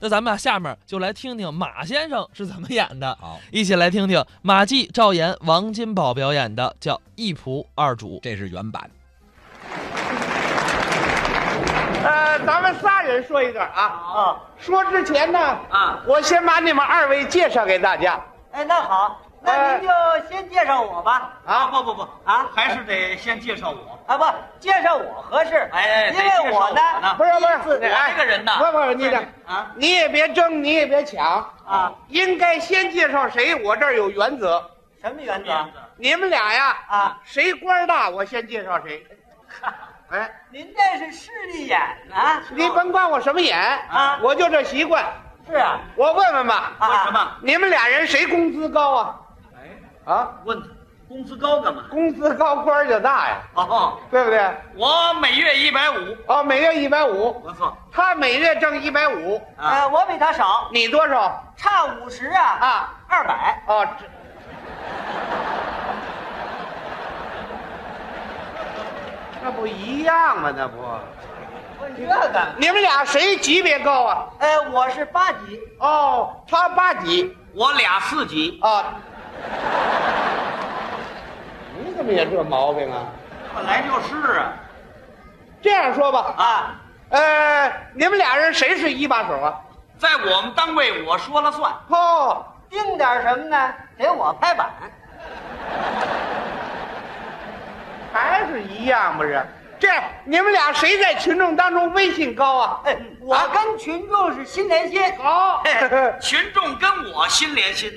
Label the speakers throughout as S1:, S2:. S1: 那咱们啊，下面就来听听马先生是怎么演的，
S2: 好，
S1: 一起来听听马季、赵岩、王金宝表演的叫《一仆二主》。
S2: 这是原版。
S3: 呃，咱们仨人说一段啊。啊，说之前呢，啊，我先把你们二位介绍给大家。
S4: 哎，那好，那您就先介绍我吧。
S3: 啊
S5: 不不不
S4: 啊
S5: 还是得先介绍我。
S4: 啊，不，介绍我合适。
S5: 哎哎
S4: 因
S5: 得介绍
S4: 为我
S5: 我呢
S4: 呢，
S3: 不是不是，
S4: 第一次
S3: 哎
S5: 这个人呐
S3: 不不，你这
S4: 啊
S3: 你也别争，你也别抢
S4: 啊，
S3: 应该先介绍谁，我这儿有原则。
S4: 什么原则？
S3: 你们俩呀，
S4: 啊，
S3: 谁官儿大，我先介绍 谁。哎，
S4: 您这是势利眼啊！
S3: 你甭管我什么眼
S4: 啊
S3: 我就这习惯。
S4: 是啊，
S3: 我问问吧，
S4: 啊
S5: 为什么？
S3: 你们俩人谁工资高啊？
S5: 哎，
S3: 啊，
S5: 问他工资高干嘛？
S3: 工资高，官儿就大呀，
S5: 哦，
S3: 对不对？
S5: 我每月一百五。
S3: 哦，每月一百五，
S5: 不错
S3: 他每月挣一百五，
S4: 呃，
S5: 啊，
S4: 我比他少，
S3: 你多少
S4: 差五十啊
S3: 啊？
S4: 二百。
S3: 哦，这那不一样吗？那不，
S4: 不是这个，
S3: 你们俩谁级别高啊？
S4: 呃，我是八级，
S3: 哦，他八级
S5: 我俩四级，
S3: 啊。你怎么也这毛病啊？
S5: 本来就是啊。
S3: 这样说吧，
S5: 啊，
S3: 呃，你们俩人谁是一把手啊？
S5: 在我们单位我说了算。
S3: 哦，
S4: 定点什么呢？给我拍板。
S3: 还是一样不是？这样你们俩谁在群众当中威信高啊？
S4: 哎，我跟哎群众是心连心。
S3: 好，
S5: 群众跟我心连心，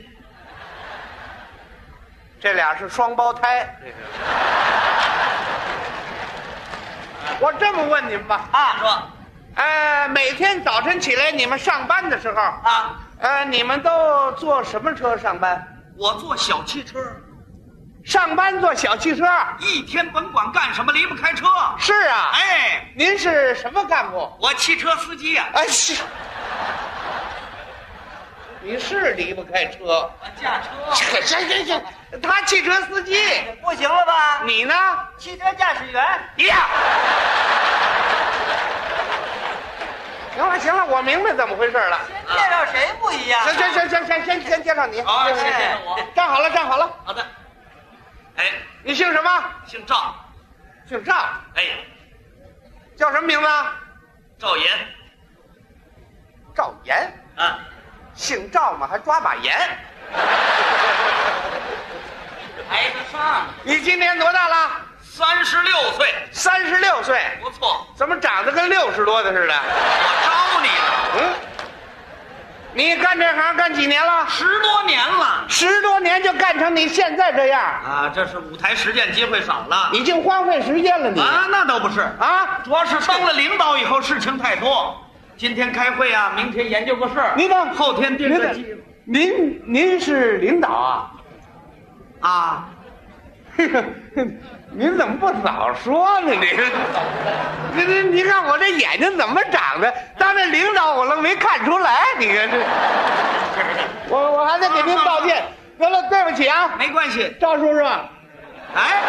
S3: 这俩是双胞胎。我这么问你们吧，
S5: 啊，说
S3: 呃，每天早晨起来你们上班的时候，
S5: 啊，
S3: 呃，你们都坐什么车上班？
S5: 我坐小汽车，
S3: 上班坐小汽车？
S5: 一天甭管干什么离不开车。
S3: 是啊，
S5: 哎，
S3: 您是什么干部？
S5: 我汽车司机呀、
S3: 哎，是，你是离不开车。
S5: 我驾车。
S3: 行行行，他汽车司机，
S4: 不行了吧？
S3: 你呢？
S4: 汽车驾驶员。
S3: 呀！行了行了，我明白怎么回事了。
S4: 先介绍谁不一样？啊
S3: 行行行行行，先先介绍你。
S5: 好，哦谢谢
S4: 哎
S5: 我。
S3: 站好了，站好了。
S5: 好的。哎，
S3: 你姓什么？
S5: 姓赵。
S3: 姓赵，
S5: 哎，
S3: 叫什么名字？啊
S5: 赵岩。
S3: 赵岩，
S5: 啊，
S3: 姓赵嘛，还抓把盐。
S5: 挨得上。
S3: 你今年多大了？
S5: 三十六岁，
S3: 三十六岁，
S5: 不错，
S3: 怎么长得跟六十多的似的？
S5: 我招你了，
S3: 嗯，你干这行干几年了？
S5: 十多年了。
S3: 十多年就干成你现在这样，
S5: 啊，这是舞台实践机会少了。
S3: 已经荒废时间了你。
S5: 啊，那倒不是，
S3: 啊，
S5: 主要是当了领导以后事情太多。今天开会啊，明天研究个事儿，
S3: 您等
S5: 后天定个计
S3: 您您您是领导啊？
S5: 啊。
S3: 嘿嘿您怎么不早说呢？ 您，您您您看我这眼睛怎么长的？当着领导我愣没看出来，你看这，我我还得给您道 歉。得了，对不起啊，
S5: 没关系，
S3: 赵叔叔，
S5: 哎，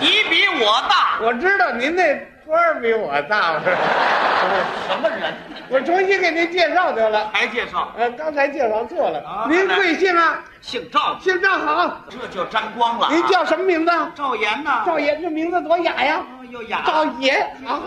S5: 你比我大，
S3: 我知道您那官儿比我大，
S5: 什么人？
S3: 我重新给您介绍得了。
S5: 还介绍，
S3: 呃，刚才介绍错了
S5: 啊，
S3: 您贵姓啊？
S5: 姓赵，
S3: 姓赵好，
S5: 这就沾光了啊。
S3: 您叫什么名字？
S5: 赵岩呢？
S3: 赵爷，这名字多雅呀！
S5: 哦又雅。
S3: 赵爷啊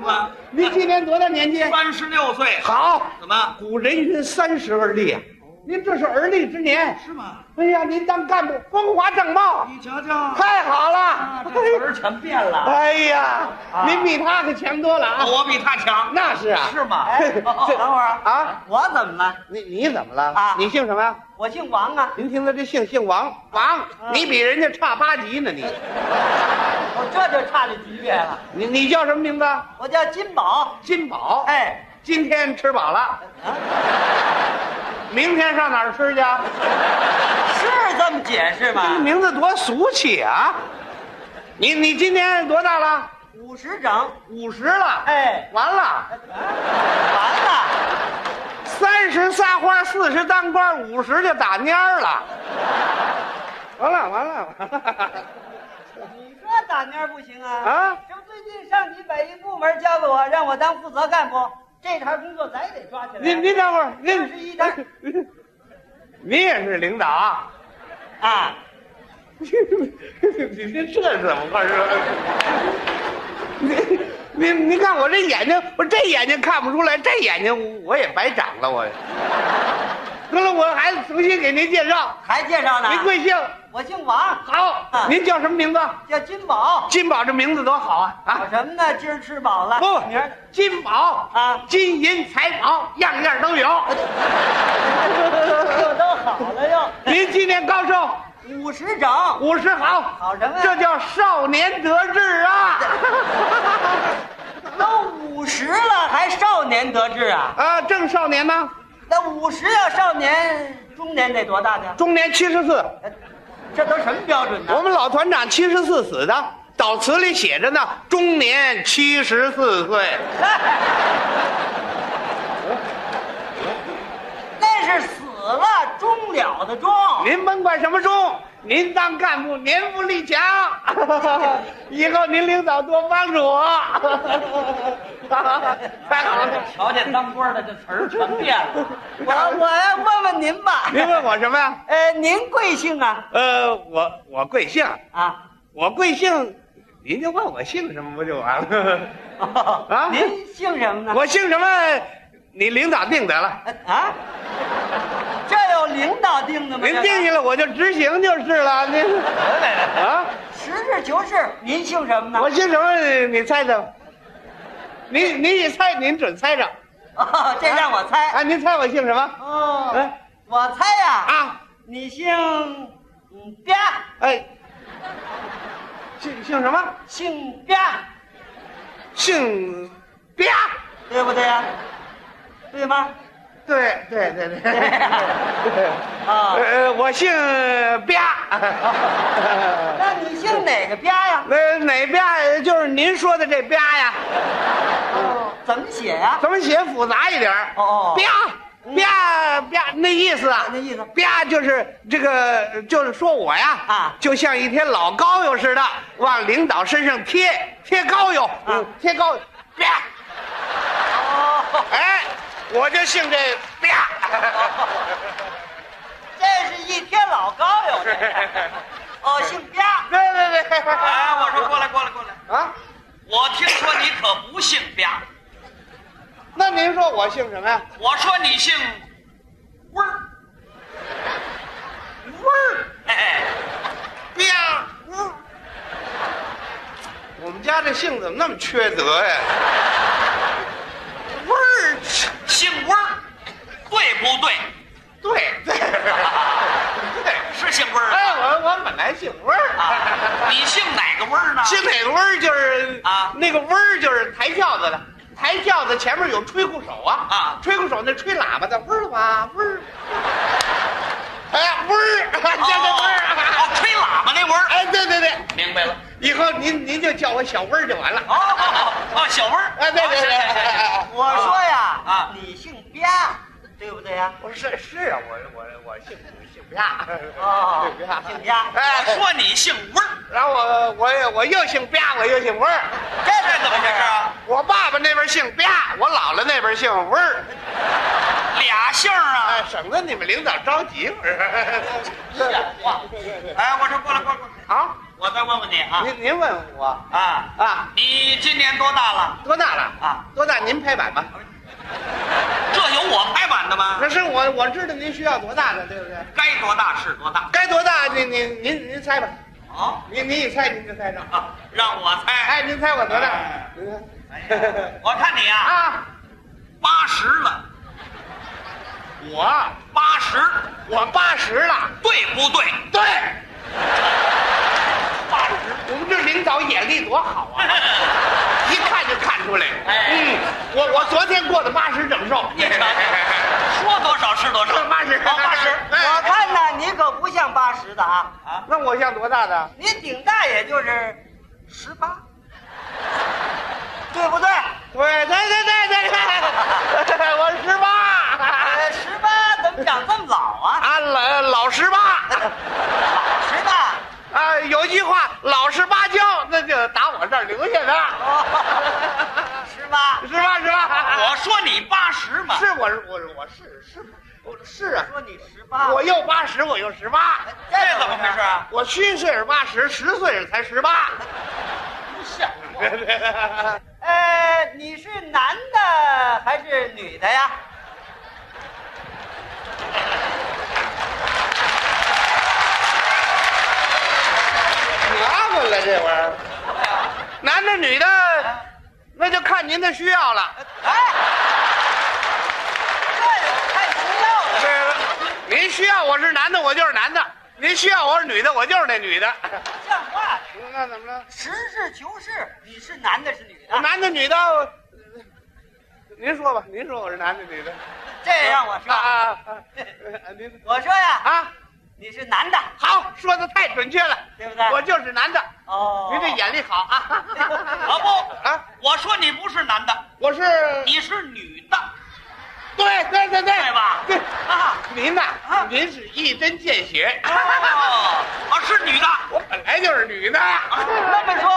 S5: 么，
S3: 您今年多大年纪？
S5: 三十六岁，
S3: 好，
S5: 怎么？
S3: 古人云三十而立，啊您这是而立之年。
S5: 是吗？
S3: 哎呀，您当干部风华正茂，
S5: 你瞧瞧，
S3: 太好
S5: 啊
S3: 了！
S5: 这词儿全变了。
S3: 哎呀，您比他可强多了啊！
S5: 我比他强，
S3: 那是啊，
S5: 是吗？
S4: 哎，
S3: 这
S4: 哦哦等会儿啊，
S3: 啊，
S4: 我怎么了？
S3: 你你怎么了？
S4: 啊
S3: 你姓什么呀？
S4: 我姓王啊，
S3: 您听他这姓姓王，王，你比人家差八级呢，你
S4: 我这就差这级别了。
S3: 你你叫什么名字？
S4: 我叫金宝，
S3: 金宝。，
S4: 哎，啊
S3: 今天吃饱了， 明天上哪儿吃去？啊
S4: 啊是这么解释
S3: 这
S4: 吗？
S3: 名字多俗气啊！你你今年多大了？
S4: 五十整，
S3: 五十了，
S4: 哎，
S3: 完了，
S4: 完了，
S3: 三十撒花，四十当官，五十就打蔫儿了。 完了完了完了，
S4: 你说咋蔫儿不行啊？
S3: 啊
S4: 这不最近上级哪一部门交给我，让我当负责干部，这摊工作咱也得抓起来。
S3: 您您等会儿，
S4: 二十一单
S3: 您 您也是领导 啊？
S4: 啊，
S3: 你这这怎么回事？您 您您看我这眼睛，我这眼睛看不出来，这眼睛我也白长了，我。得了，我还重新给您介绍，
S4: 还介绍呢？
S3: 您贵姓？
S4: 我姓王，啊
S3: 好，您叫什么名字？
S4: 叫金宝。
S3: 金宝这名字多好啊啊！
S4: 搞什么呢？今儿吃饱了。
S3: 不
S4: 明儿，
S3: 金宝
S4: 啊
S3: 金银财宝样样都有。
S4: 这都好了 又，
S3: 您今年高寿？
S4: 五十整，
S3: 五十好。
S4: 好什么呀
S3: 这叫少年得志啊！
S4: 都五十了还少年得志啊？
S3: 啊，正少年呢，
S4: 那五十要少年，中年得多大呢？
S3: 中年七十四。
S4: 这都什么标准呢？
S3: 我们老团长七十四死的，悼词里写着呢，终年七十四岁。
S4: 那是死了终了的终。
S3: 您甭管什么中，您当干部年富力强，以后您领导多帮助我。太好了，
S5: 瞧见当官的这词儿全变 了。
S4: 我我要问问您吧，
S3: 您问我什么呀？
S4: 呃，您贵姓啊？
S3: 呃，我我贵姓，
S4: 啊，
S3: 我贵姓，您就问我姓什么不就完了？啊
S4: 您姓什 么呢？
S3: 我姓什么，你领导定得 了，
S4: 啊，这有领导定的吗？
S3: 您定下来我就执行就是 了。您啊，
S4: 实事求是，您姓什么呢？
S3: 我姓什么，你猜猜？你你一猜，您准猜着。
S4: 哦，这让我猜。
S3: 啊，您猜我姓什么？
S4: 哦
S3: 哎，
S4: 我猜呀、
S3: 啊，
S4: 你姓嗯吧，
S3: 哎，姓姓什么？
S4: 姓吧，
S3: 姓吧？
S4: 对不对呀、对吗？
S3: 对对对对。
S4: 啊
S3: 呃，我姓 吧。
S4: 那你姓哪个吧呀？
S3: 那哪边就是您说的这边呀？嗯
S4: 哦，怎么写呀、
S3: 怎么写复杂一点儿？
S4: 哦哦
S3: 边边边那意思啊？
S4: 那意思
S3: 边就是这个，就是说我呀
S4: 啊
S3: 就像一天老膏药似的，往领导身上贴贴膏
S4: 啊
S3: 药，嗯，贴膏药，边
S4: 哦，
S3: 哎，我就姓这边。
S4: 这是一天老高 哟。这是哦，姓吧，
S3: 别别别！
S5: 哎，我说过来过来过来，
S3: 啊，
S5: 我听说你可不姓吧？
S3: 那您说我姓什么呀？
S5: 我说你姓味儿，味儿，哎，
S3: 边嗯，我们家这姓怎么那么缺德呀？味儿。
S5: 哎姓味儿，对不对？
S3: 对对 对，
S5: 是姓味儿
S3: 哎，
S5: 啊
S3: 我我本来姓温儿
S5: 啊？你姓哪个味儿呢？
S3: 姓哪个温儿就是
S5: 啊
S3: 那个温儿就是抬轿子的，抬轿子前面有吹鼓手啊
S5: 啊
S3: 吹鼓手那吹喇叭的嗡儿哇嗡儿，哎呀嗡儿，
S5: 哦
S3: 叫叫温
S4: 啊
S5: 哦，
S3: 儿，
S5: 吹喇叭那味儿。
S3: 哎对对对，
S5: 明白了。
S3: 以后您您就叫我小温儿就完了
S5: 哦，哦，小味儿。
S3: 哎对对对，
S5: 哦行行行行
S3: 哎
S4: 我说呀，
S5: 啊
S4: 你姓吧，对不对呀、
S3: 我是是啊，我我我姓姓不下，
S4: 哦
S3: 姓不下，
S4: 姓不下
S3: 哎，
S5: 我说你姓温儿，
S3: 然后我我也我又姓吧，我又姓温儿。
S5: 这是怎么回事啊？
S3: 我爸爸那边姓吧，我姥姥那边姓温儿，
S5: 俩姓儿
S3: 哎
S5: 啊。，
S3: 省得你们领导着急不是？
S5: 像话
S3: 对对对。
S5: 哎，我说过来过来过来，
S3: 好，
S5: 我再问问你啊
S3: 您您问我
S5: 啊，
S3: 啊，
S5: 你今年多大了？
S3: 多大了
S5: 啊？
S3: 多大？您拍板吧。
S5: 这有我拍板的吗？
S3: 可是我我知道您需要多大的，对不对？
S5: 该多大是多大。
S3: 该多大？您您您您猜吧。
S5: 好
S3: 您您一猜您就猜着。
S5: 啊，让我猜。
S3: 哎，您猜我多大
S5: 哎？
S3: 您猜
S5: 哎呀我看你啊，
S3: 啊，
S5: 八十了，
S3: 我
S5: 八十，
S3: 我八十了。
S5: 对不 对？
S3: 对，八十。我们这领导眼力多好啊！一看就看出来。
S5: 哎
S3: 嗯，我我昨天过的八十整寿。
S5: 你瞧瞧，说多少是多少。
S3: 八十，
S5: 好八十。
S4: 我看呐，你可不像八十的啊，
S5: 啊，
S3: 那我像多大的？
S4: 你顶大也就是十八，对不对？
S5: 啊
S3: 对对对对对对，我十八。
S4: 呃，十八怎么长这么老啊？
S3: 啊，老老十八。啊
S4: 十八。
S3: 啊，有一句话，老实巴交，那就打我这儿留下的。啊我是是，我是啊，
S4: 说你十八，
S3: 我又八十，我又十八，
S5: 这怎么回事啊？
S3: 我虚岁是八十，实岁才十八。
S4: 不像话。 呃，你是男的还是女的呀？
S3: 麻烦了，这玩意儿，男的女的，那就看您的需要了。
S4: 哎，这太需要了。
S3: 您需要我是男的，我就是男的；您需要我是女的，我就是那女的。
S4: 不像话，
S3: 那怎么了？
S4: 实事求是，你是男的，是女的，
S3: 男的女的，呃您说吧，您说我是男的女的？
S4: 这让我说，
S3: 啊啊啊！呃您
S4: 我说呀，
S3: 啊，
S4: 你是男的，
S3: 好，说的太准确了，
S4: 对不对
S3: 我就是男的。
S4: 哦，
S3: 您这眼力好啊！
S5: 啊不
S3: 啊，
S5: 我说你不是男的，
S3: 我是
S5: 你是女的，
S3: 对对对对，
S5: 对吧？
S3: 对，
S5: 啊，
S3: 您呐，您是一针见血。
S5: 哦，啊是女的，
S3: 我本来就是女的。
S4: 那么说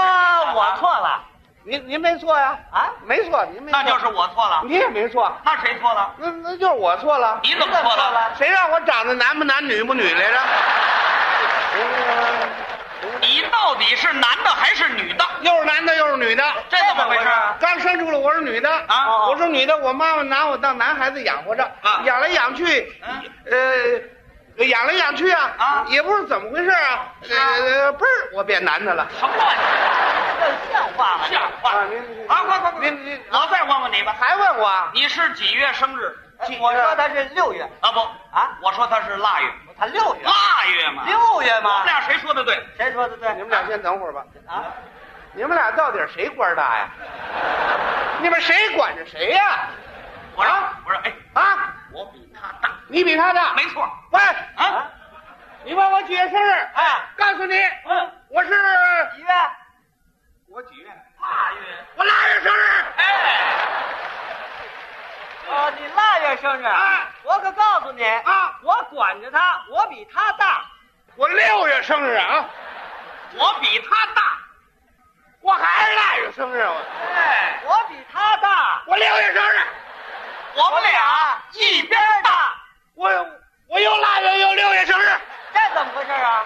S4: 我错了
S3: 您您没错呀、
S4: 啊？
S3: 没错，您没错，
S5: 那就是我错了，
S3: 您也没错，
S5: 那谁错了？
S3: 那那就是我错了。
S5: 你怎么错了？
S3: 谁让我长得男不男女不女来哦着？
S5: 你到底是男的还是女的？
S3: 又是男的又是女的，
S5: 这怎么回事啊？
S3: 刚生出来我是女的
S5: 啊
S4: 哦
S3: 我是女的，我妈妈拿我当男孩子养活着，
S5: 啊
S3: 养来养去，呃，养来养去啊，
S5: 啊
S3: 也不知道怎么回事啊，呃，嘣儿我变男的了。
S5: 什么乱七
S4: 这像话吗？
S5: 八糟
S3: 啊
S5: 啊
S3: 您您
S5: 快快快！
S3: 您您
S5: 我再问问你吧，
S3: 还问我啊？
S5: 你是几月生日？
S4: 呃我说他是六月，
S5: 啊不
S4: 啊
S5: 我说他是腊月，
S4: 他六月，
S5: 腊月嘛，
S4: 六月
S5: 啊我们
S4: 嘛，
S5: 俩谁说的对？
S4: 谁说的对？
S3: 你们俩先等会儿吧，
S4: 啊，
S3: 你们俩到底谁官大呀？你们谁管着谁呀、
S5: 我说
S3: 啊
S5: 我说哎，
S3: 啊，
S5: 我比他大，
S3: 你比他大。
S5: 没错
S3: 喂，
S5: 啊。
S3: 你问我几月生日？
S4: 哎，
S3: 告诉你，
S4: 嗯
S3: 我是
S4: 几月？
S5: 我几月？腊月。
S3: 我腊月生日。
S5: 哎，
S4: 哦，你腊月生日
S3: 哎
S4: 我可告诉你
S3: 啊，
S4: 我管着他，我比他大，
S3: 我六月生日啊，
S5: 我比他大。
S3: 我还是腊月生日，我
S5: 哎，
S4: 我比他大，
S3: 我六月生日，
S5: 我们俩一边大。
S3: 我我又腊月又六月生日，
S4: 这怎么回事啊？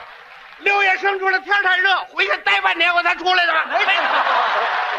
S3: 六月生出来天太热，回去待半年我才出来的。
S4: 没事。